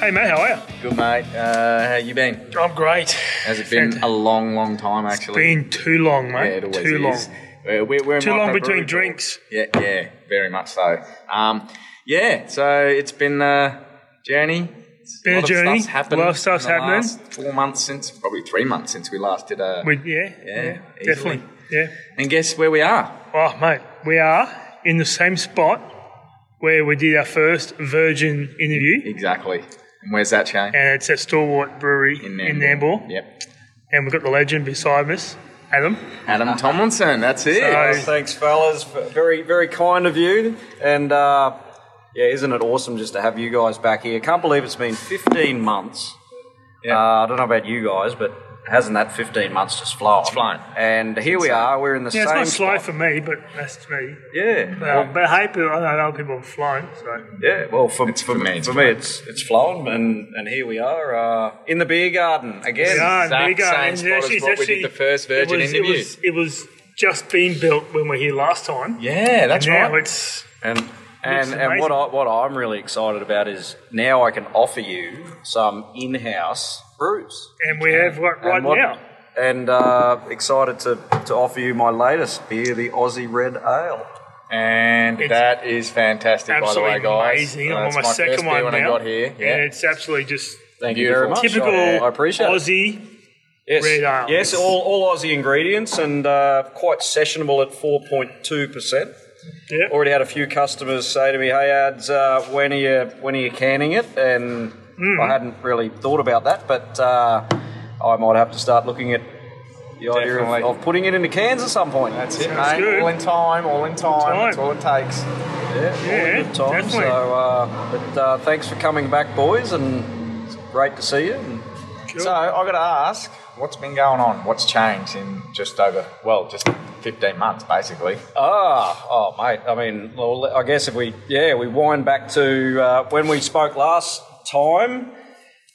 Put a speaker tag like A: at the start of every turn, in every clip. A: Hey Matt, how are you?
B: Good mate. Uh, how you been?
A: I'm great.
B: Has it been a long, long time actually?
A: Been too long,
B: yeah,
A: mate.
B: it always
A: too
B: is.
A: long.
B: We're, we're, we're a
A: Too long
B: microbrewery
A: between
B: called-
A: drinks.
B: Yeah, yeah, very much so. Um, yeah, so it's been a journey. It's
A: Been a
B: lot of
A: journey.
B: stuff's happened
A: A lot of stuff's
B: in the
A: happening.
B: last four months since, probably three months since we last did a.
A: We, yeah,
B: Yeah, easily.
A: definitely. Yeah.
B: and guess where we are?
A: Oh, mate, we are in the same spot where we did our first Virgin interview,
B: Exactly. And where's that, Shane?
A: and it's at Stalwart Brewery in Nambour.
B: Yep.
A: And we've got the legend beside us, Adam.
B: Adam Tomlinson. That's it.
A: So-
C: Yes, thanks, fellas. Very, very kind of you. And uh, yeah, isn't it awesome just to have you guys back here? Can't believe it's been 15 months.
B: Yeah.
C: Uh, I don't know about you guys, but hasn't that 15 months just flown? It's
B: flown.
C: And here we are. We're in the
A: Yeah, it's
C: same
A: not slow
C: spot.
A: for me, but that's just me.
C: Yeah.
A: But, but hey, people, I know other people have flown, so
C: Yeah, well, for,
B: It's
C: for,
B: for
C: me,
B: me, it's
C: for
B: fine.
C: me, it's it's flown, and, and here we are uh, in the beer garden again.
A: We are,
B: exact
A: there you go.
B: same
A: And
B: spot as
A: actually-
B: what we did
A: actually-
B: the first Virgin
A: it was,
B: interview.
A: It was, it was just being built when we were here last time.
B: Yeah, that's
A: now
B: right.
A: it's
C: And and, and
A: amazing.
C: what I what I'm really excited about is now I can offer you some in-house brews.
A: and we have right, right
C: and what-
A: now.
C: And uh, excited to, to offer you my latest beer, the Aussie Red Ale.
B: And
A: It's
B: that is fantastic, by the
A: Absolutely
B: way, guys.
A: amazing.
B: Uh,
A: I'm on
B: it's
A: my,
B: first
A: second
B: beer
A: one
B: when
A: now,
B: I got here. Yeah.
A: and it's absolutely just
C: Thank
B: Beautiful.
C: you very
A: typical
C: much. I, I appreciate it.
A: Aussie.
C: Yes.
A: Red Ale.
C: Yes, all, all Aussie ingredients and uh, quite sessionable at 4.2%.
A: Yeah.
C: Already had a few customers say to me, "Hey, ads, uh, when are you when are you canning it?" And
A: Mm.
C: I hadn't really thought about that, but uh, I might have to start looking at the idea
B: Definitely.
C: of, of putting it into cans at some point.
B: That's it,
A: Sounds
B: mate.
A: good.
B: All in time, all in time. That's all it takes.
C: yeah,
A: Yeah,
C: all good time.
A: definitely.
C: So, uh, but uh, thanks for coming back, boys, and it's great to see you. And
B: So I got to ask, what's been going on? What's changed in just over, well, just 15 months, basically?
C: Ah, oh, mate. I mean, well, I guess if we, yeah, we wind back to uh, when we spoke last time,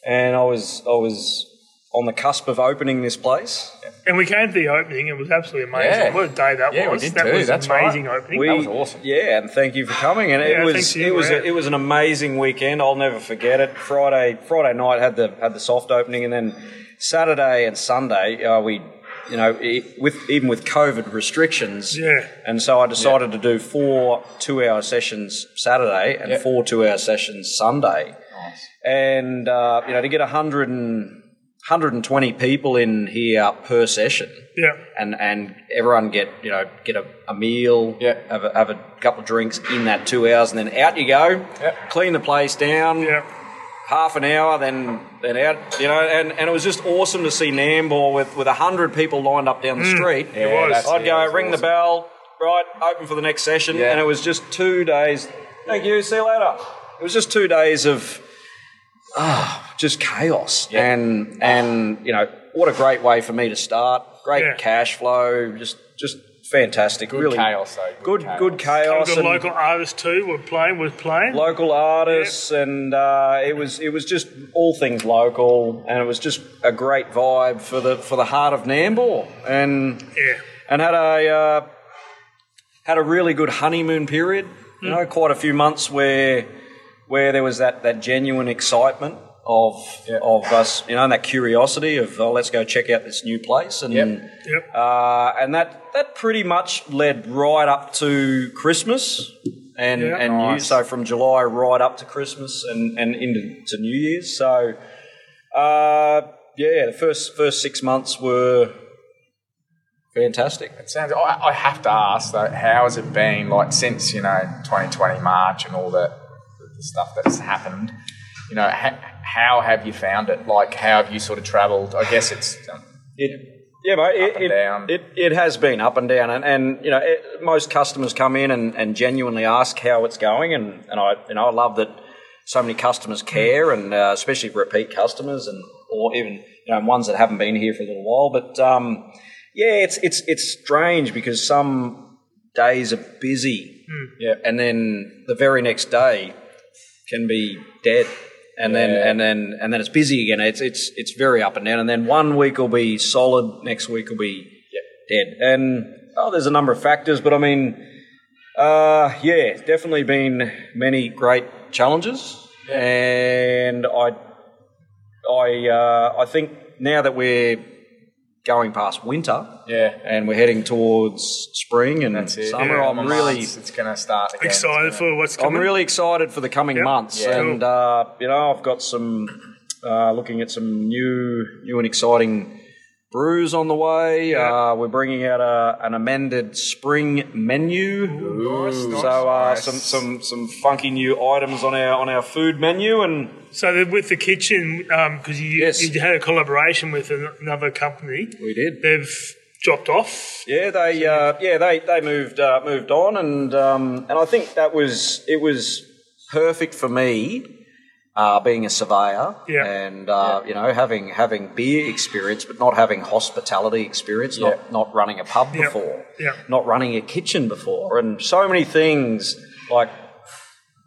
C: and I was, I was on the cusp of opening this place.
A: And we came to the opening. It was absolutely amazing.
B: Yeah.
A: What a day that
B: Yeah, we
A: was.
B: did
A: that
B: too,
A: was
B: that's right.
A: amazing opening.
C: We-
B: was awesome.
C: Yeah, and thank you for coming. And
A: Yeah,
C: it
A: thanks
C: was,
A: to you,
C: it was,
A: yeah.
C: a, it was an amazing weekend. I'll never forget it. Friday, Friday night had the had the soft opening, and then Saturday and Sunday uh, we. You know, e- with even with COVID restrictions,
A: Yeah.
C: And so I decided to do four two-hour sessions Saturday and
B: Yeah.
C: four two-hour sessions Sunday.
B: Nice.
C: And uh, you know, to get 100 and, 120 people in here per session,
A: yeah.
C: and and everyone get you know get a, a meal,
B: Yeah.
C: have a, have a couple of drinks in that two hours, and then out you go,
B: Yeah.
C: clean the place down,
A: Yeah.
C: half an hour, then then out, you know, and, and it was just awesome to see Nambour with with hundred people lined up down the street.
B: Mm. It was. that's-
C: I'd
B: yeah,
C: go
B: it was
C: ring the
B: awesome.
C: bell, right, open for the next session,
B: Yeah.
C: and it was just two days. Thank you. See you later. It was just two days of ah, just chaos,
B: Yeah.
C: and and you know what a great way for me to start. Great
A: Yeah.
C: cash flow, just just fantastic.
B: Good
C: really
B: chaos, though.
C: Good
B: chaos.
C: good
A: And we've
C: chaos.
A: got
C: and-
A: local artists too. We're playing. We're playing.
C: local artists, and uh, it was it was just all things local, and it was just a great vibe for the for the heart of Nambour, and
A: yeah.
C: and had a uh, had a really good honeymoon period.
B: Hmm.
C: You know, quite a few months where where there was that that genuine excitement of
B: Yeah.
C: of us, you know, and that curiosity of oh, let's go check out this new place, and.
B: Yep.
A: Yep.
C: Uh, and that that pretty much led right up to Christmas and
A: Yeah.
C: and
B: Nice.
C: New, so from July right up to Christmas and and into to New Year's. So uh, yeah, the first first six months were fantastic.
B: It sounds. I, I have to ask though, how has it been like since you know 2020 March and all that the stuff that's happened? You know, ha- how have you found it? Like, how have you sort of travelled? I guess it's um,
C: It, yeah, mate. It,
B: Up and
C: it,
B: down.
C: It, it has been up and down, and, and you know, it, most customers come in and, and genuinely ask how it's going, and, and I you know I love that so many customers care, and uh, especially repeat customers, and or even you know ones that haven't been here for a little while. But um, yeah, it's it's it's strange because some days are busy,
B: yeah.
C: and then the very next day can be dead. And then
B: Yeah.
C: and then and then it's busy again. It's it's it's very up and down. And then one week will be solid, next week will be dead. And oh, there's a number of factors, but I mean, uh, yeah, definitely been many great challenges. And I, I, uh, I think now that we're going past winter
B: Yeah.
C: and we're heading towards spring and
B: That's it.
C: summer,
B: Yeah,
C: I'm
B: months,
C: really
B: it's going to start again. It's
A: Excited
B: gonna-
A: for what's
C: I'm
A: coming.
C: really excited for the coming
A: Yep.
C: months,
A: Yeah.
C: and uh, you know, I've got some uh, looking at some new, new and exciting brews on the way. Uh, we're bringing out a, an amended spring menu,
B: nice,
C: so uh,
B: nice.
C: some some some funky new items on our on our food menu, and
A: so the, with the kitchen, because you,
C: Yes.
A: you had a collaboration with an, another company,
C: we did.
A: they've dropped off.
C: Yeah, they uh, yeah they they moved uh, moved on, and um, and I think that was it was perfect for me. Uh, being a surveyor
A: Yeah.
C: and uh, you know having having beer experience, but not having hospitality experience,
B: Yeah.
C: not not running a pub
A: Yeah.
C: before,
A: Yeah.
C: not running a kitchen before, and so many things like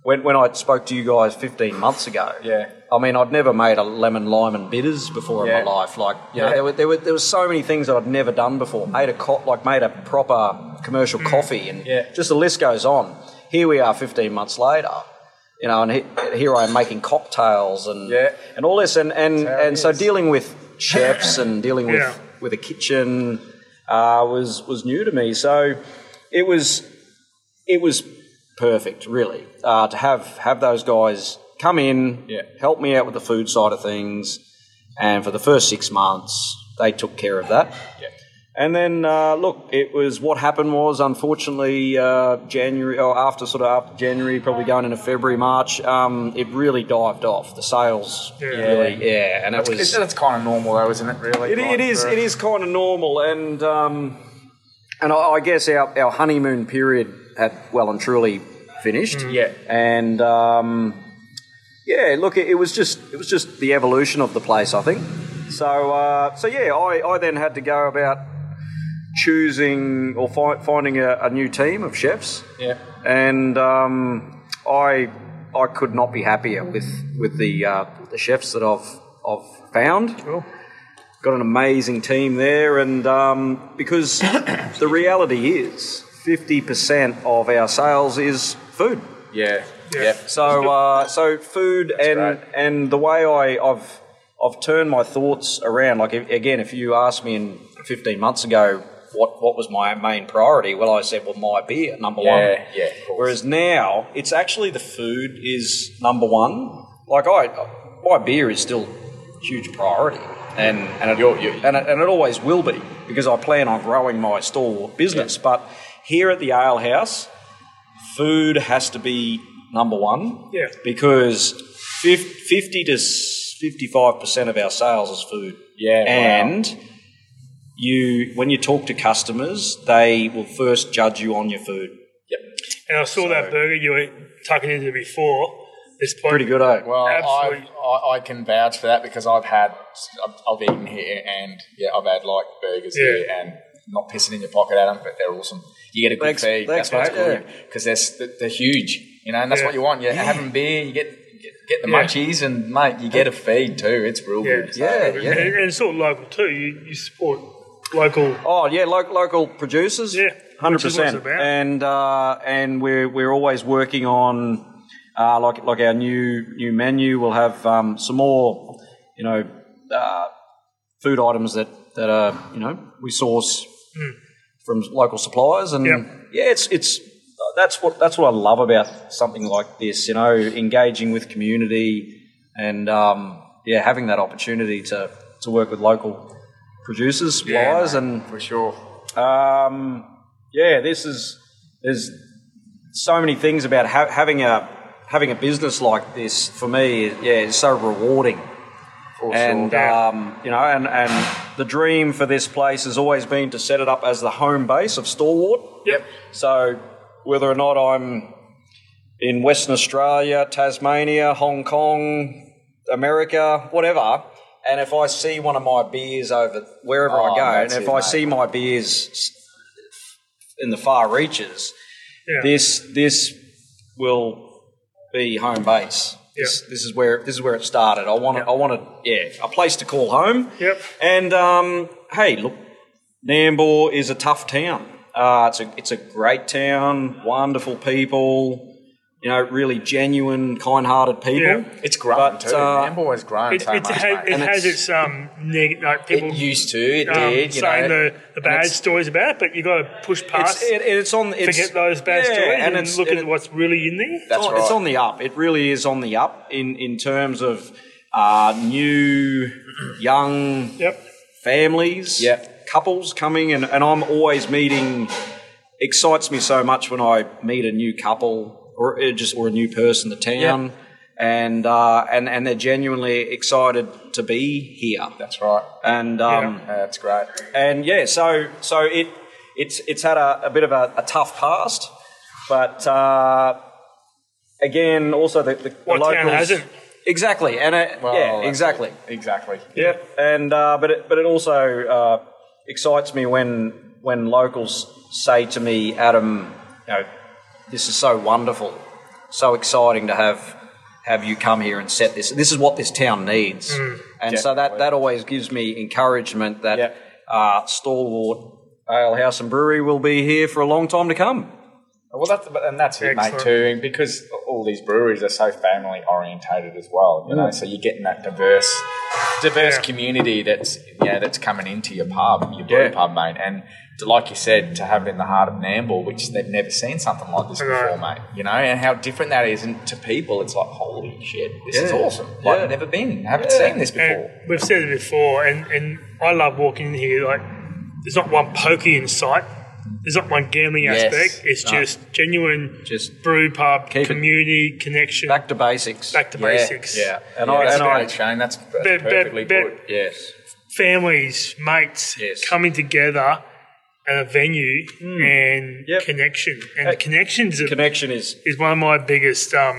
C: when when I spoke to you guys fifteen months ago.
B: Yeah.
C: I mean, I'd never made a lemon, lime, and bitters before in
B: Yeah.
C: my life. Like, you know,
B: Yeah.
C: there were, there were there were so many things that I'd never done before. Made a co- like made a proper commercial coffee, and
B: Mm. Yeah.
C: just the list goes on. Here we are, 15 months later, you know, and he, here I am making cocktails and
B: Yeah.
C: and all this, and and
B: how it
C: and so
B: is.
C: dealing with chefs and dealing with
A: Yeah.
C: with a kitchen uh, was was new to me. So it was it was perfect, really, uh, to have have those guys come in,
B: Yeah.
C: help me out with the food side of things, and for the first six months they took care of that.
B: Yeah.
C: And then uh, look, it was what happened was unfortunately uh, January or after sort of after January, probably going into February, March, um, it really dived off the sales.
A: Yeah.
C: really, yeah, and it was
B: It's, that's kind of normal, though, isn't it? Really,
C: it, it is. It is kind of normal, and um, and I, I guess our, our honeymoon period had well and truly finished.
B: Yeah.
C: and um, yeah, look, it, it was just it was just the evolution of the place, I think. So uh, so yeah, I, I then had to go about choosing or fi- finding a, a new team of chefs
B: Yeah,
C: and um, I I could not be happier with with the uh, the chefs that I've I've found.
A: Cool.
C: Got an amazing team there, and um, because the reality is, fifty percent of our sales is food.
B: yeah, yeah.
C: So uh, so food and
B: great.
C: and the way I, I've I've turned my thoughts around. Like if, again, if you asked me in fifteen months ago. What, what was my main priority? Well, I said, well, my beer, number
B: Yeah,
C: one.
B: yeah, of course.
C: Whereas now, it's actually the food is number one. Like I, my beer is still a huge priority, and and it,
B: You're- you-
C: and, it, and it always will be because I plan on growing my store business. But here at the Ale House, food has to be number one.
A: Yeah.
C: Because fif- fifty to fifty-five percent of our sales is food.
B: Yeah, wow.
C: and you when you talk to customers, they will first judge you on your food.
B: Yep.
A: And I saw that burger you were tucking into before. It's
C: Pretty good, eh?
B: Well, I,
A: Absolutely.
B: I I can vouch for that because I've had I've, I've eaten here and yeah, I've had like burgers
A: Yeah.
B: here and not pissing in your pocket at them, but they're awesome. You get a good
C: Thanks-
B: feed.
C: thanks,
B: that's
C: mate,
B: what's good because they're, s- they're huge, you know, and that's
A: Yeah.
B: what you want. You're having beer, you get get, get the
A: Yeah.
B: munchies, and mate, you get a feed too. It's real
A: Yeah.
B: good. So,
C: Yeah,
A: And,
C: yeah.
A: and it's all local too. You, you support local.
C: Oh yeah, lo- local producers.
A: Yeah,
C: hundred
A: which is what it's
C: percent.
A: about.
C: And uh, and we're we're always working on uh, like like our new new menu. We'll have um, some more, you know, uh, food items that that are you know we source from local suppliers. And
A: Hmm. Yeah.
C: yeah, it's it's that's what that's what I love about something like this. You know, engaging with community and um, yeah, having that opportunity to to work with local producers,
B: Yeah,
C: suppliers,
B: mate,
C: and
B: for sure.
C: um, yeah, this is there's so many things about ha- having a having a business like this for me. Yeah, it's so rewarding,
B: For
C: and
B: sure.
C: um, you know, and and the dream for this place has always been to set it up as the home base of Stalwart.
A: Yep.
C: So whether or not I'm in Western Australia, Tasmania, Hong Kong, America, whatever, and if I see one of my beers over wherever
B: Oh,
C: I go, and
B: that's
C: if
B: it,
C: I
B: mate.
C: see my beers s- in the far reaches,
A: Yeah.
C: this this will be home base. This,
A: Yeah.
C: this is where this is where it started. I want I wanted yeah a place to call home.
A: Yep.
C: And um, hey, look, Nambour is a tough town. Uh, it's a it's a great town, wonderful people. you know, really genuine, kind-hearted people.
A: Yeah.
B: It's grown
C: But,
B: too.
C: uh,
B: Amble has grown
A: It,
B: so
A: it,
B: much.
A: ha-
B: mate.
A: it
C: And
A: has
C: it's-
A: its um neg- like people
B: It used to. It
A: um,
B: did. You
A: saying
B: know,
A: the, the
B: and
A: bad
B: it's-
A: stories about, it, but you got to push past,
C: It's, it, it's on. It's,
A: forget those bad
C: yeah,
A: stories, and,
C: it's-
A: look
C: and
A: at
C: it-
A: what's really in there.
B: That's
C: it's on, it's
B: right.
C: on the up. It really is on the up in in terms of uh, new, young
A: Yep.
C: families,
B: Yep.
C: couples coming, and, and I'm always meeting. Excites me so much when I meet a new couple or uh, just or a new person to town, and uh, and and they're genuinely excited to be here,
B: That's right.
C: and um,
B: Yeah, that's great.
C: and yeah, so so it it's it's had a, a bit of a, a tough past, but uh, again, also the, the, the
A: What town
C: locals
A: hasn't?
C: exactly, and it,
B: Well, that's
C: yeah,
B: it.
C: exactly.
B: Exactly.
C: Yep. And uh, but it, but it also uh, excites me when when locals say to me, Adam, you know, this is so wonderful, so exciting to have have you come here and set this. This is what this town needs.
A: Mm.
C: And so that
B: Definitely.
C: that always gives me encouragement that
B: Yep.
C: uh, stalwart ale house and brewery will be here for a long time to come.
B: Well, that's but- and that's it, mate.
A: Excellent.
B: Too and because all these breweries are so family orientated as well. You know, so you're getting that diverse, diverse
A: Yeah.
B: community that's yeah that's coming into your pub, your brew
C: Yeah.
B: pub, mate. And to, like you said, to have it in the heart of Nambour, which they've never seen something like this
A: I know.
B: before, mate. You know, and how different that is, and to people, it's like holy shit, this is
C: Yeah.
B: awesome. Like
C: Yeah.
B: never been, haven't seen this before.
A: And we've said it before, and, and I love walking in here. Like, there's not one pokey in sight. There's not one gambling
B: Yes.
A: aspect. It's
C: No.
A: just genuine,
C: Just
A: brew pub
C: keep it-
A: community connection back,
C: back to basics.
A: to
B: Yeah,
A: basics.
B: Yeah, and
C: And I-
B: I that's
C: and I-
B: great, Shane. That's, that's
A: Be- be-
B: perfectly
A: be-
B: put.
C: Yes.
A: Families, mates,
C: Yes.
A: coming together at a venue and
C: Yep.
A: connection. And
C: Uh,
A: connections are-
C: Connection is
A: is one of my biggest um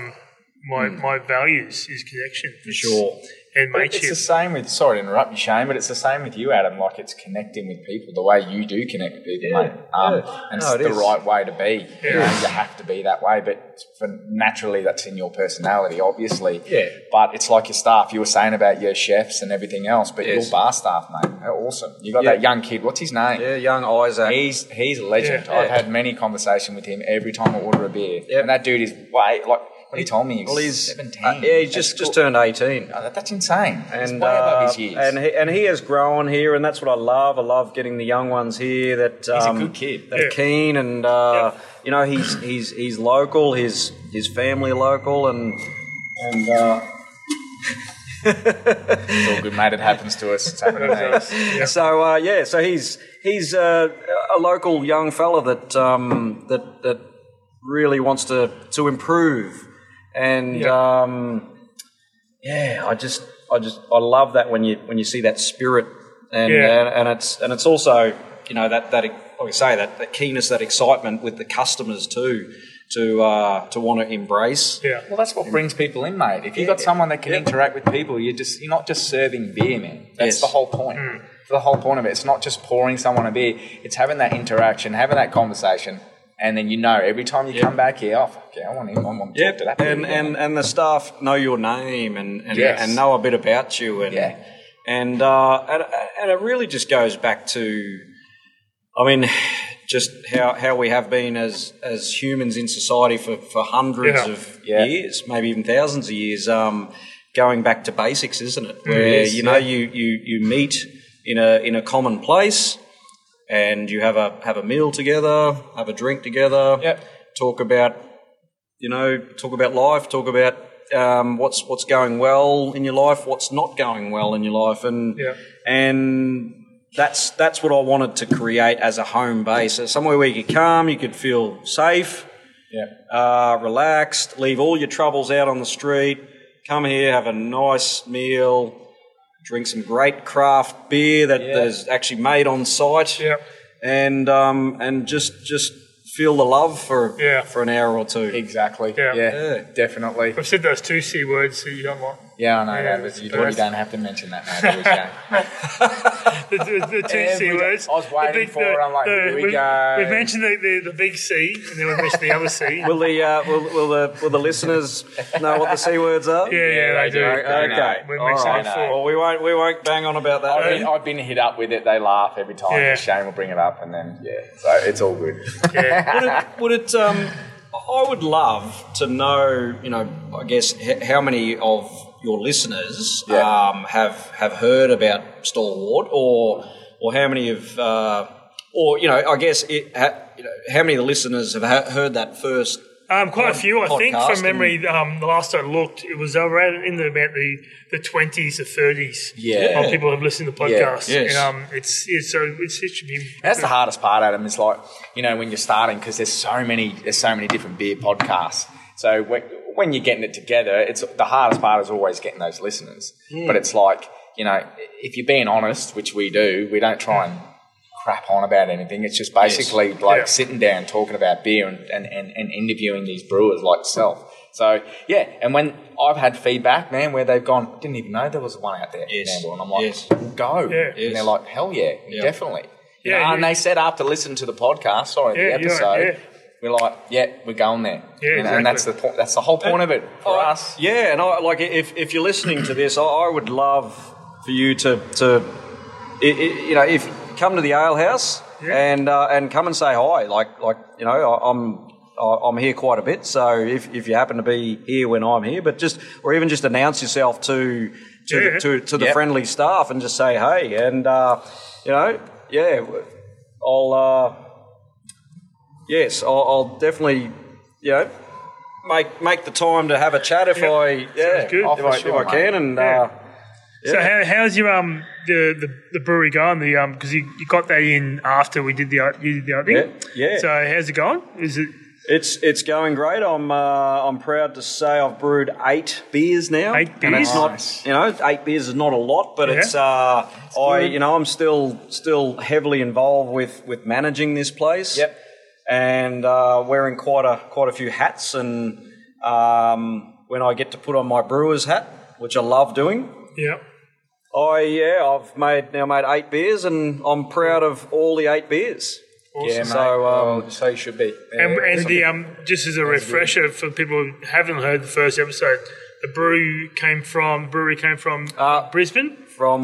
A: my my values is connection for
C: sure.
A: and
B: It's
A: mateship.
B: the same with sorry to interrupt you, Shane, but it's the same with you, Adam. Like it's connecting with people the way you do connect with people, mate. Um,
C: yeah.
B: and
C: No, it
B: it's the
C: is.
B: right way to be. You, know,
A: Yeah.
B: you have to be that way, but for naturally that's in your personality, obviously.
C: Yeah.
B: But it's like your staff. You were saying about your chefs and everything else, but
C: Yes.
B: your bar staff, mate, they're awesome. You got
C: Yeah.
B: that young kid. What's his name?
C: yeah, young Isaac.
B: He's he's a legend.
A: Yeah.
B: I've had many conversations with him every time I order a beer,
C: Yep.
B: and that dude is way like when he told me he was
C: well, he's
B: seventeen.
C: uh, yeah, he's
B: That's
C: just
B: cool.
C: just turned eighteen.
B: Oh, that- that's insane. That's
C: and
B: way above
C: uh,
B: his years.
C: and he, and he has grown here, and that's what I love. I love getting the young ones here that
B: a
C: um,
B: good kid.
C: that are
A: Yeah.
C: keen, and uh, you know he's he's he's local, his his family local, and and uh,
B: It's all good, mate. It happens to us. It's happened to me.
A: Yeah.
C: so uh, yeah, so he's he's uh, a local young fella that um, that that really wants to to improve, and
A: Yeah.
C: Um, yeah, I just I just I love that when you when you see that spirit, and
A: Yeah.
C: and, and it's and it's also you know that that like I say that that keenness, that excitement with the customers too, to uh, to want to embrace.
A: yeah.
B: Well, that's what brings people in, mate. If you've got someone that can interact with people, you're just you're not just serving beer, man. That's
C: Yes.
B: the whole point.
C: Mm.
B: That's The whole point of it. It's not just pouring someone a beer. It's having that interaction, having that conversation, and then you know every time you come back here, oh fuck yeah, I want him. I want to talk to that. dude
C: and
B: again."
C: and and the staff know your name and and,
B: Yes.
C: and know a bit about you and
B: Yeah.
C: and uh, and and it really just goes back to, I mean, just how how we have been as as humans in society for for hundreds
A: Yeah.
C: of
B: Yeah.
C: years, maybe even thousands of years. Um, going back to basics, isn't it? Where
B: is,
C: you know you you you meet in a in a common place and you have a have a meal together, have a drink together,
B: Yep.
C: talk about you know talk about life, talk about um, what's what's going well in your life, what's not going well in your life, and
A: Yeah.
C: and that's that's what I wanted to create as a home base, so somewhere where you could come, you could feel safe,
B: yeah,
C: uh, relaxed, leave all your troubles out on the street, come here, have a nice meal. Drink some great craft beer that,
B: Yeah.
C: that is actually made on site
A: Yeah.
C: and um, and just just feel the love for
A: Yeah.
C: for an hour or two.
B: exactly.
A: Yeah.
B: Yeah.
C: Yeah.
B: definitely.
A: I've said those two C words so you don't want
B: Yeah, I know
A: Yeah,
B: that. But you
A: that's-
B: really don't have to mention that, mate. do you?
A: the, the, the two C
B: Every-
A: words.
B: I was waiting for it, I'm like, here we
A: we've,
B: go.
A: We've mentioned the, the, the big C and then we've mentioned the other C.
C: Will the uh, will, will the will the listeners know what the c words are?
A: yeah, yeah,
B: they
A: they do.
B: do.
C: Okay.
B: Okay.
A: We've
C: All
A: mentioned
C: right.
A: it before.
C: Well, we won't we won't bang on about that.
B: I've been, I've been hit up with it. They laugh every time.
A: Yeah.
B: Shane will bring it up, and then yeah, so it's all good.
A: Yeah.
C: would it, would it um, I would love to know, you know, I guess h- how many of your listeners
B: Yeah.
C: um, have have heard about Stalwart, or or how many of, uh, or you know, I guess it, ha, you know, how many of the listeners have ha- heard that first?
A: Um, quite a few, I think,
C: podcast
A: from memory. Um, the last I looked, it was around in the, about the the twenties or thirties.
B: Yeah.
A: of people who have listened to podcasts.
C: Yeah,
A: And,
C: yes.
A: um, it's, it's so it's, it should be.
B: That's the hardest part, Adam. Is like you know when you're starting because there's so many there's so many different beer podcasts. So when, when you're getting it together, it's the hardest part is always getting those listeners. But it's like you know if you're being honest, which we do, we don't try and crap on about anything. It's just basically like
A: Yeah.
B: sitting down talking about beer and, and, and, and interviewing these brewers like yourself. So yeah, and when I've had feedback, man, where they've gone, didn't even know there was one out there,
C: Yes.
B: Campbell." and I'm like,
C: Yes.
B: go,
A: Yeah.
B: and they're like, hell yeah, definitely. You know,
A: Yeah,
B: and
A: yeah.
B: they said after listening to the podcast, sorry,
A: Yeah,
B: the
A: you're
B: episode,
A: right,
B: we're like, yeah, we're going there.
A: Yeah,
B: You know,
A: exactly.
B: And that's the point. That's the whole point of it for
C: I-
B: us.
C: Yeah, and I like if if you're listening to this, I, I would love for you to to i i you know if come to the ale house
A: Yeah.
C: and uh, and come and say hi. Like like you know I, I'm. I- I'm here quite a bit, so if, if you happen to be here when I'm here, but just or even just announce yourself to to
A: Yeah.
C: the, to, to the
B: Yep.
C: friendly staff and just say hey, and uh, you know yeah, w- I'll uh, yes, I'll, I'll definitely you know make make the time to have a chat if
A: Yeah,
C: I yeah
A: sounds good.
C: if,
B: Oh, for
C: I,
B: sure,
C: if I can and
A: Yeah.
C: uh,
A: So how, how's your um the, the, the brewery going? The um because you, you got that in after we did the o- you did the opening.
C: Yeah, yeah.
A: So how's it going? Is it
C: it's it's going great. I'm uh, I'm proud to say I've brewed eight beers now.
A: Eight
C: And
A: beers?
C: it's not
B: Nice.
C: you know eight beers is not a lot, but
A: Yeah.
C: it's uh I
B: good.
C: you know I'm still still heavily involved with with managing this place.
B: Yep.
C: and uh, wearing quite a quite a few hats. And um, when I get to put on my brewer's hat, which I love doing,
A: yeah
C: I Oh, yeah, I've made now made eight beers, and I'm proud of all the eight beers.
B: Yeah, mate.
C: So, um,
B: Well, so you should be.
A: and,
B: Yeah,
A: and
B: so-
A: the um just as a refresher for people who haven't heard the first episode, the brew came from brewery came from
C: Uh,
A: Brisbane,
C: From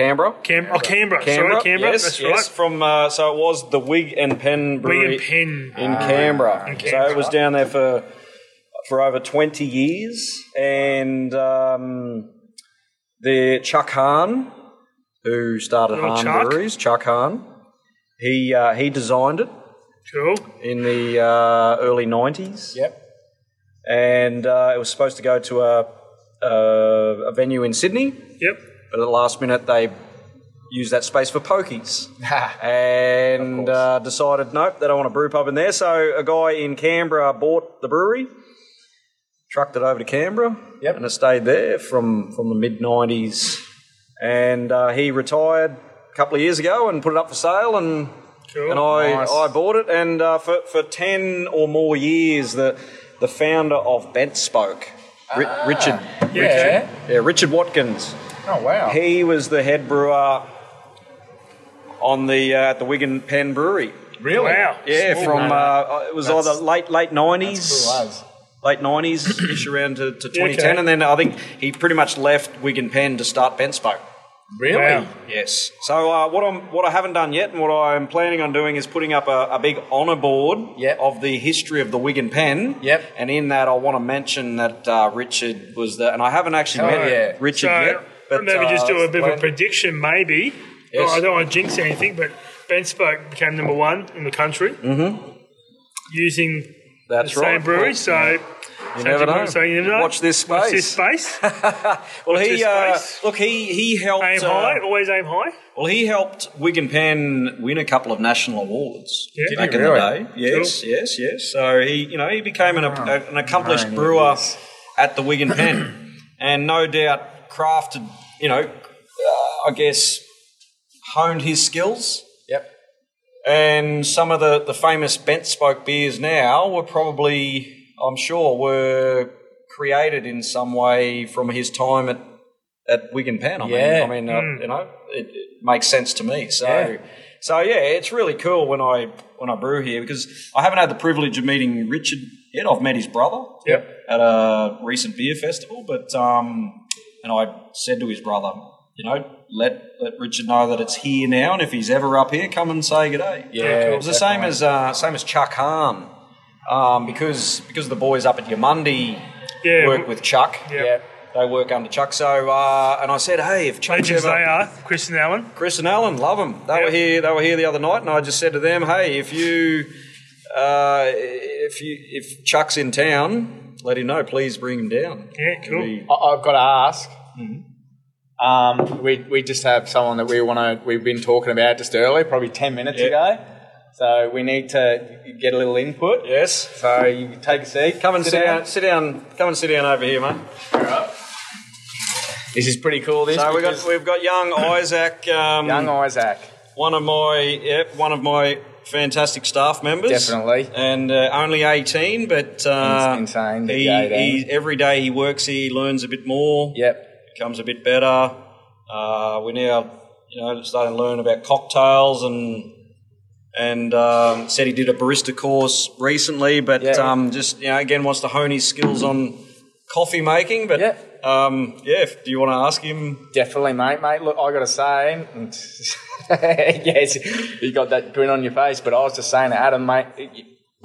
C: Canberra,
A: Cam- oh, Canberra,
C: Canberra,
A: sorry Canberra,
C: yes,
A: that's
C: yes.
A: right.
C: From uh, so it was the Wig and Pen Brewery
A: William Penn.
C: in Canberra.
A: in
C: So it was
A: Canberra.
C: down there for for over twenty years, and um, the Chuck Hahn, who started
A: Little
C: Hahn
A: Chuck.
C: Breweries, Chuck Hahn, he uh, he designed it
A: cool.
C: in the uh, early nineties.
B: Yep.
C: and uh, it was supposed to go to a, a, a venue in Sydney,
A: Yep.
C: but at the last minute they used that space for pokies and uh, decided nope, they don't want a brew pub in there. So a guy in Canberra bought the brewery, trucked it over to Canberra,
B: Yep.
C: and it stayed there from from the mid '90s. And uh, he retired a couple of years ago and put it up for sale and
A: Cool.
C: and I,
B: Nice.
C: I bought it, and uh, for, for 10 or more years, the, the founder of Bent Spoke, Ri- Richard,
B: Yeah.
C: yeah, Richard Watkins,
B: Oh wow.
C: he was the head brewer on the, uh, at the Wigan Pen Brewery.
B: really?
A: Wow.
C: Yeah,
A: Small
C: from
A: man.
C: uh, it was
B: That's-
C: either late late nineties,
B: That's cool as.
C: late nineties ish around to, to twenty ten,
A: okay.
C: and then I think he pretty much left Wigan Pen to start Bent Spoke.
B: Really?
A: Wow.
C: Yes. So uh, what I'm what I haven't done yet, and what I'm planning on doing, is putting up a, a big honour board
B: Yep.
C: of the history of the Wigan Pen.
B: Yep.
C: And in that, I want to mention that uh, Richard was the, and I haven't actually
B: Oh,
C: met
B: yeah.
C: Richard
A: so
C: yet. But
A: maybe
C: uh,
A: just do a
B: that's
A: bit of
B: the
A: a
B: plan.
A: prediction, maybe.
C: Yes.
A: Well, I don't want to jinx anything, but Ben Spoke became number one in the country using
C: Mm-hmm. That's
A: the
C: right.
A: same brewery. So you
C: never know.
A: So you never know.
C: Watch this
A: Watch this space.
C: well, he
A: his
C: uh,
A: face?
C: look he he helped.
A: aim
C: uh,
A: high. Always aim high.
C: Well, he helped Wigan Penn win a couple of national awards
A: Yeah. Did
C: back
B: he
C: in
B: really?
C: the day. Yes, yes, yes. So he, you know, he became an, an accomplished
B: nine
C: brewer
B: years.
C: at the Wigan Pen, and no doubt crafted, you know, uh, I guess honed his skills.
B: Yep.
C: And some of the, the famous bent spoke beers now were probably, I'm sure, were created in some way from his time at, at Wigan Pen. I
B: Yeah. Hmm.
C: mean, I mean, uh, you know, it, it makes sense to me. So,
B: Yeah.
C: so yeah, it's really cool when I when I brew here because I haven't had the privilege of meeting Richard yet. I've met his brother
A: Yep.
C: at a recent beer festival, but um, and I said to his brother, you know, let let Richard know that it's here now, and if he's ever up here, come and say good day.
B: Yeah,
C: it was the same
B: definitely.
C: as uh, same as Chuck Hahn. um, because because the boys up at Yamundi
A: Yeah.
C: work with Chuck.
A: Yeah.
B: Yeah.
C: They work under Chuck. So, uh, and I said, hey, if Chuck's
A: Legends they
C: ever...
A: are, Chris and Alan.
C: Chris and Alan, love them. They were
A: Yeah.
C: here. They were here the other night, and I just said to them, "Hey, if you, uh, if you, if Chuck's in town, let him know. Please bring him down."
A: Yeah, cool.
C: We-
B: I, I've got to ask.
A: Mm-hmm.
B: Um, we, we just have someone that we want to. We've been talking about just earlier, probably ten minutes
C: Yeah.
B: ago. So we need to get a little input.
C: Yes.
B: So you can take a seat.
C: Come and sit, down. Sit down. Come and sit down over here, mate.
B: This is pretty cool. This.
C: So we got
B: because
C: we've got young Isaac, um,
B: young
A: Mm.
B: Isaac.
C: one of my yep, one of my fantastic staff members,
B: Definitely.
C: and uh, only eighteen, but uh,
B: It's insane that
C: He,
B: you're 18.
C: he- every day he works, here, he learns a bit more.
B: Yep.
C: becomes a bit better. Uh, we're now, you know, starting to learn about cocktails and and um, said he did a barista course recently, but
B: Yeah.
C: um, just you know, again wants to hone his skills on coffee making. But
B: Yeah.
C: um, yeah, if, do you want to ask him?
B: Definitely, mate, mate. Look, I got to say, yes, you got that grin on your face. But I was just saying to Adam, mate,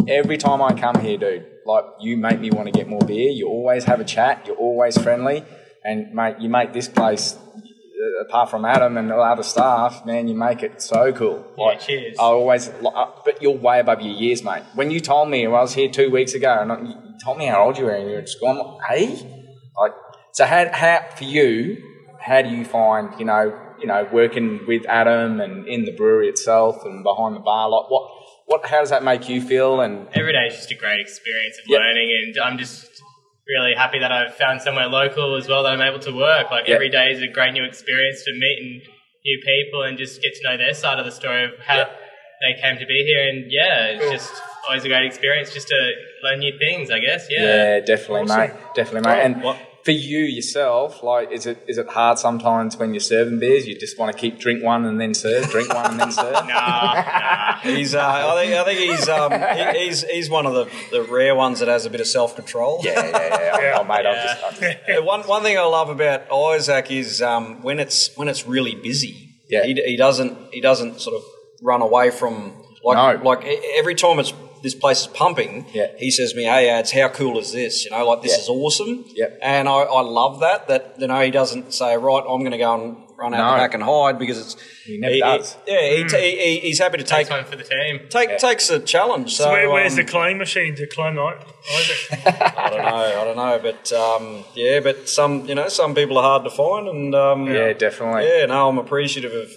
B: every time I come here, dude, like you make me want to get more beer. You always have a chat. You're always friendly, and mate, you make this place. uh, Apart from Adam and the other staff, man, you make it so cool. Like,
A: cheers.
B: I always, like, uh, but you're way above your years, mate. When you told me, well, I was here two weeks ago, and I- you told me how old you were, and you're just going, hey, like, so how, how for you, how do you find you know you know working with Adam and in the brewery itself and behind the bar? Like what what how does that make you feel? And
D: every day is just a great experience of
B: Yeah.
D: learning, and I'm just really happy that I've found somewhere local as well that I'm able to work. Like
B: Yeah.
D: every day is a great new experience to meet and new people and just get to know their side of the story of how
B: Yeah.
D: they came to be here. And yeah, it's just always a great experience just to learn new things, I guess.
B: yeah, definitely, mate, definitely, mate. And
C: What-
B: for you yourself, like is it is it hard sometimes when you're serving beers? You just want to keep drink one and then serve, drink one and then serve.
D: Nah, nah.
C: He's, uh, I think, I think he's, um, he, he's, he's one of the, the rare ones that has a bit of self control.
B: Yeah, yeah, yeah. yeah. Oh, mate,
D: Yeah.
B: I've just, I've just
C: Uh, one, one thing I love about Isaac is um, when it's when it's really busy.
B: Yeah.
C: He, he doesn't he doesn't sort of run away from like
B: No.
C: like e- every time it's this place is pumping.
B: Yeah.
C: He says to me, "Hey, ads, how cool is this? You know, like this
B: Yeah.
C: is awesome."
B: Yep.
C: And I, I love that that you know he doesn't say, "Right, I'm going to go and run out
B: No.
C: the back and hide," because it's
B: He never does.
C: yeah, he, t- he, he- he's happy to take.
D: Takes one for the team.
C: Take,
B: Yeah.
C: Takes a challenge. So,
A: So where, where's
C: um,
A: the claim machine to claim like Isaac?
C: I don't know. I don't know, but um, yeah, but some you know some people are hard to find, and um,
B: Yeah, definitely.
C: Yeah, no, I'm appreciative of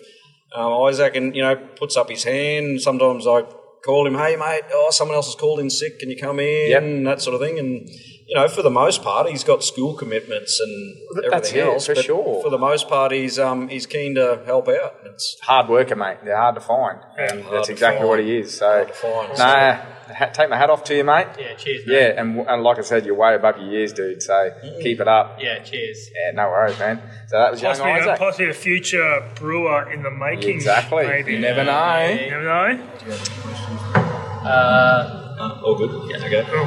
C: um, Isaac, and you know puts up his hand. Sometimes I call him, hey mate, oh someone else has called in sick, can you come in?
B: Yep.
C: And that sort of thing, and you know for the most part he's got school commitments and
B: Th-
C: everything
B: that's it,
C: else.
B: for
C: but
B: sure.
C: For the most part, he's um, he's keen to help out. It's
B: hard worker, mate. They're hard to find. And
A: hard
B: that's
C: to
B: exactly
C: find.
B: what he is. So,
C: to find, so-
B: nah, ha- take my hat off to you, mate.
D: Yeah, cheers, mate.
B: Yeah, and, and like I said, you're way above your years, dude. So keep it up.
D: Yeah, cheers.
B: Yeah, no worries, man. So that was young
A: possibly, a,
B: Isaac.
A: possibly a future brewer in the making.
B: exactly.
A: Maybe.
B: You never know.
A: You never know.
D: Uh,
C: uh, all good. Yeah, okay.
A: Cool.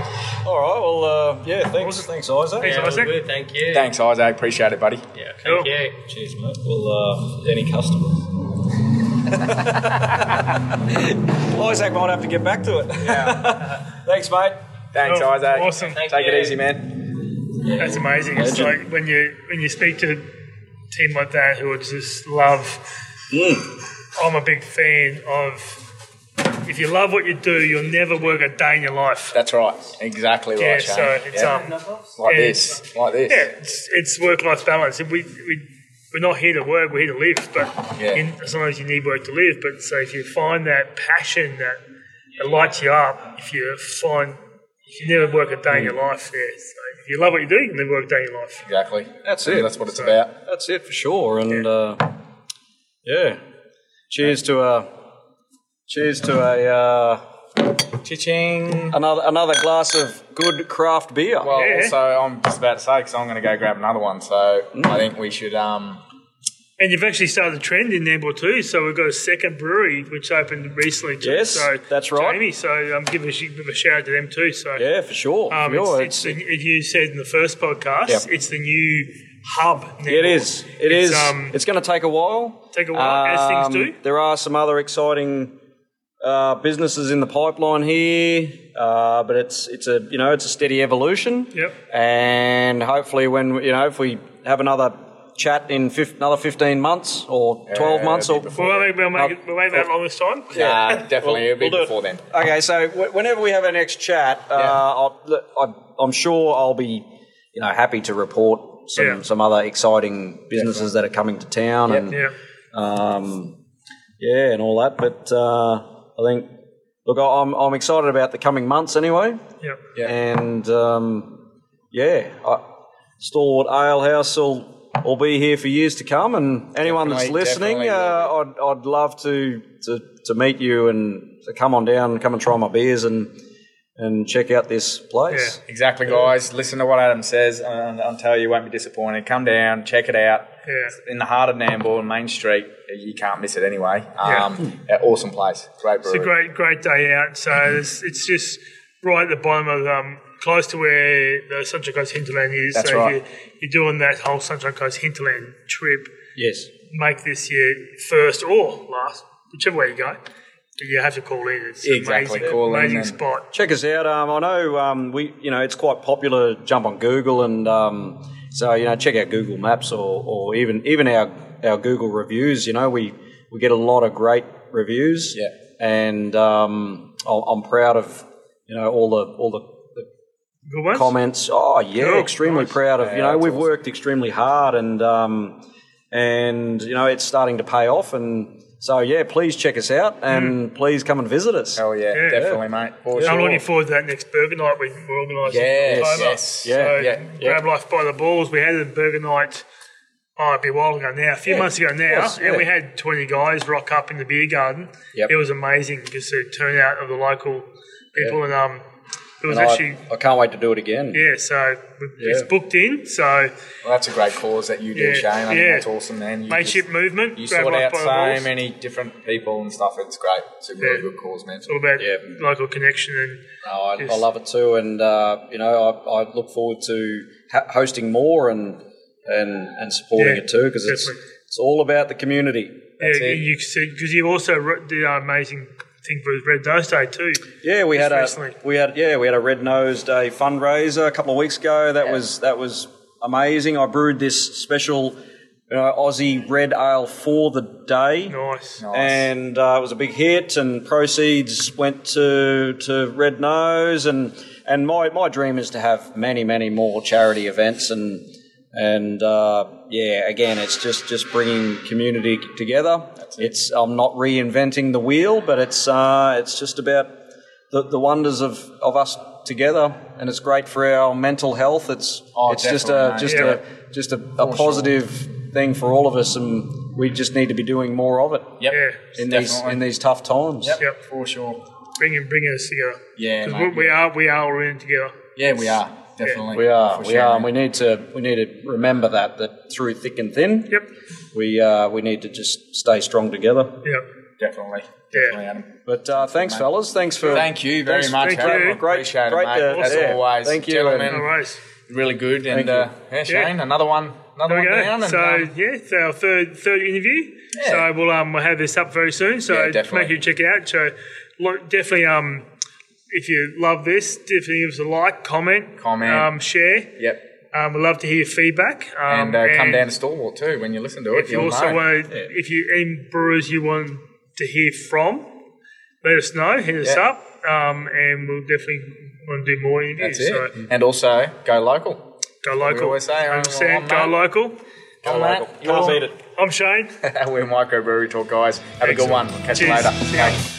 C: All right. Well, uh, yeah. Thanks.
A: Awesome.
C: Thanks, Isaac.
A: Thanks,
D: yeah, all
A: Isaac.
D: good, thank you.
B: Thanks, Isaac. Appreciate it, buddy.
D: Yeah,
A: Cool.
D: thank you.
C: Cheers, mate. Well, uh, any customers? Isaac might have to get back to it. Thanks, mate.
B: Thanks,
A: Cool.
B: Isaac.
A: Awesome.
D: Thank
B: Take
D: you.
B: it easy, man.
A: That's amazing. It's
C: Legend.
A: like when you when you speak to a team like that who would just love.
B: Mm.
A: I'm a big fan of. If you love what you do, you'll never work a day in your life.
B: That's right. Exactly right.
A: yeah,
B: Shane.
A: so it's
B: Yeah.
A: um,
B: like
A: yeah,
B: this. Like this.
A: yeah, it's, it's work life balance. We we we're not here to work; we're here to live. But
B: Yeah.
A: in, sometimes you need work to live. But so if you find that passion that, that lights you up, if you find if you never work a day in your
C: Mm.
A: life, yeah. So if you love what you do, you can never work a day in your life.
B: Exactly.
C: That's
B: So
C: it.
B: That's what it's
A: So-
B: about.
C: That's it for sure. And uh, yeah, cheers to a cheers to a uh,
B: Cha-ching.
C: another another glass of good craft beer.
B: Well,
A: Yeah.
B: also, I'm just about to say because I'm going to go grab another one. So
A: Mm.
B: I think we should. um
A: And you've actually started a trend in Nambour too. So we've got a second brewery which opened recently. Too.
C: Yes,
A: so
C: that's right.
A: Jamie. So um, give a sh- give a shout out to them too. So
C: yeah, for sure.
A: Um,
C: for sure.
A: it's, it's, the- as you said in the first podcast,
C: Yep.
A: it's the new hub. Nambour.
C: It is. It
A: It's,
C: is.
A: um,
C: it's going to take a while. Um,
A: Take a while, as things do.
C: There are some other exciting uh, uh, businesses in the pipeline here, uh, but it's it's a you know it's a steady evolution.
A: Yep.
C: And hopefully, when you know if we have another chat in fif- another fifteen months or twelve
A: Uh,
B: Yeah,
C: months
B: it'll
C: or
B: be before
A: Well, maybe we'll make, it,
C: Uh,
A: we'll make that long this time.
B: Nah, definitely it'll be
C: we'll do it.
B: before then.
C: Okay, so w- whenever we have our next chat, uh, I'll, look, I'm- I'm sure I'll be, you know, happy to report some,
A: Yeah.
C: some other exciting businesses that are coming to town and
A: Yeah.
C: um, yeah, and all that. But uh, I think, look, I- I'm I'm excited about the coming months anyway,
A: Yeah.
B: Yeah.
C: and um, yeah, I, Stalwart Ale House will. Will be here for years to come, and anyone
B: Definitely,
C: that's listening,
B: definitely
C: uh,
B: will
C: I'd, I'd love to, to to meet you and to come on down, and come and try my beers and and check out this place.
B: Exactly, guys. Listen to what Adam says, and I'll tell you, you won't be disappointed. Come down, check it out.
A: Yeah.
B: It's in the heart of Nambour, Main Street. You can't miss it anyway.
A: Yeah. Hmm.
B: Um, yeah, Awesome place. Great
A: It's a
B: brewery.
A: great, great day out. So it's, it's just right at the bottom of um, close to where the Sunshine Coast hinterland is.
B: That's
A: so
B: right.
A: if you, you're doing that whole Sunshine Coast hinterland trip,
C: Yes,
A: make this your first or last, whichever way you go. But you have to call in. It's
B: Exactly,
A: amazing,
B: call in
A: amazing
B: and-
A: spot.
C: check us out. Um, I know um, we, you know, it's quite popular. to Jump on Google and um, so you know, check out Google Maps or, or even even our our Google reviews. You know, we we get a lot of great reviews.
B: Yeah.
C: and um, I'm I'm proud of you know all the all the, the
A: Good ones.
C: comments. Oh yeah,
A: Cool.
C: extremely
A: Nice.
C: proud of. you know,
B: that's
C: we've
B: awesome.
C: worked extremely hard, and um, and you know, it's starting to pay off. And so yeah, please check us out, and please come and visit us.
B: Hell yeah,
A: Yeah.
B: definitely, mate. For
A: I'm
B: sure.
A: looking forward to that next burger night we, we're organising.
B: Yes,
A: in October.
B: yes.
C: Yeah,
A: So
B: yeah, yeah.
A: grab life by the balls. We had a burger night. Oh, it'd be a while ago now, a few
B: Yeah,
A: months ago now,
B: course,
A: and
B: yeah.
A: we had 20 guys rock up in the beer garden.
C: Yep.
A: It was amazing, just the turnout of the local people, and um, it was
C: And I-
A: actually
C: I, can't wait to do it again.
A: yeah. So it's
C: Yeah.
A: booked in. So
B: Well, that's a great cause that you do,
A: Yeah,
B: Shane. I
A: yeah.
B: think that's awesome, man. You
A: mateship
B: just-
A: movement.
B: You
A: grab
B: sort
A: life
B: out
A: by the
B: so
A: balls.
B: many different people and stuff. It's great. It's a really
A: Yeah.
B: good cause, man.
A: It's all about
C: Yeah.
A: local connection and
C: No, I, I
A: Yes.
C: love it too, and uh, you know, I, I look forward to ha- hosting more and and and supporting
A: Yeah,
C: it too because it's
A: definitely.
C: it's all about the community.
B: That's
A: yeah,
B: it.
A: you see because you also wrote the amazing thing for Red Nose Day too.
C: Yeah, we had a
A: recently.
C: we had yeah we had a Red Nose Day fundraiser a couple of weeks ago. That was that was amazing. I brewed this special you know, Aussie red ale for the day.
A: Nice.
B: Nice.
C: and uh, it was a big hit, and proceeds went to to Red Nose, and and my, my dream is to have many many more charity events, and and uh, yeah, again, it's just just bringing community together. It's I'm not reinventing the wheel, but it's uh, it's just about the, the wonders of, of us together, and it's great for our mental health. It's
B: Oh,
C: it's just a
B: definitely,
C: just
A: mate.
C: a just a, a positive thing for all of us, and we just need to be doing more of it
B: Yep.
A: Yeah.
C: in these
B: Definitely.
C: in these tough times.
B: Yep.
A: Yep.
B: For sure.
A: Bringing bringing us together.
B: Yeah,
A: Because
B: mate.
A: we, we are we are all in together.
B: Yeah, we are. Definitely.
C: We are,
B: For
C: we
B: sure,
C: are,
B: man.
C: and we need to we need to remember that that through thick and thin,
A: Yep.
C: we uh, we need to just stay strong together.
A: Yep.
B: Definitely.
A: Yeah.
B: Definitely, Adam.
C: But uh, thanks, fellas. Thanks for
B: Thank you very
C: thanks-
B: much,
A: thank
B: Adam.
A: you.
B: I
C: Great-
B: appreciate
C: great,
B: it, mate.
C: uh,
B: As
C: yeah.
B: always,
C: Thank you,
B: gentlemen,
A: No worries.
B: really good. And
C: you.
B: uh, yeah, Shane, another one, another
A: There
B: one
A: we go.
B: down. And,
A: so
B: um,
A: yeah, it's our third third interview.
B: Yeah.
A: So we'll um we'll have this up very soon. So
B: Yeah,
A: make
B: definitely.
A: sure you check it out. So look, definitely um if you love this, definitely give us a like, comment,
B: Comment.
A: um, share.
B: yep.
A: Um, we'd love to hear your feedback. Um,
B: And, uh, come down to Stalwart too when you listen to it.
A: If you
B: you'll
A: also
B: know.
A: want, if you any brewers you want to hear from, let us know. Hit us
B: Yeah.
A: up, um, and we'll definitely want to do more interviews.
B: That's it.
A: So
B: And also go local.
A: go local.
B: always say, I'm-
A: 100%,
B: I'm
A: go
B: mate.
A: local.
B: Go
A: I'm Shane.
B: We're microbrewery talk guys. Have a good
A: Excellent.
B: one.
A: Cheers.
B: Catch you later.
A: See ya.
B: Bye.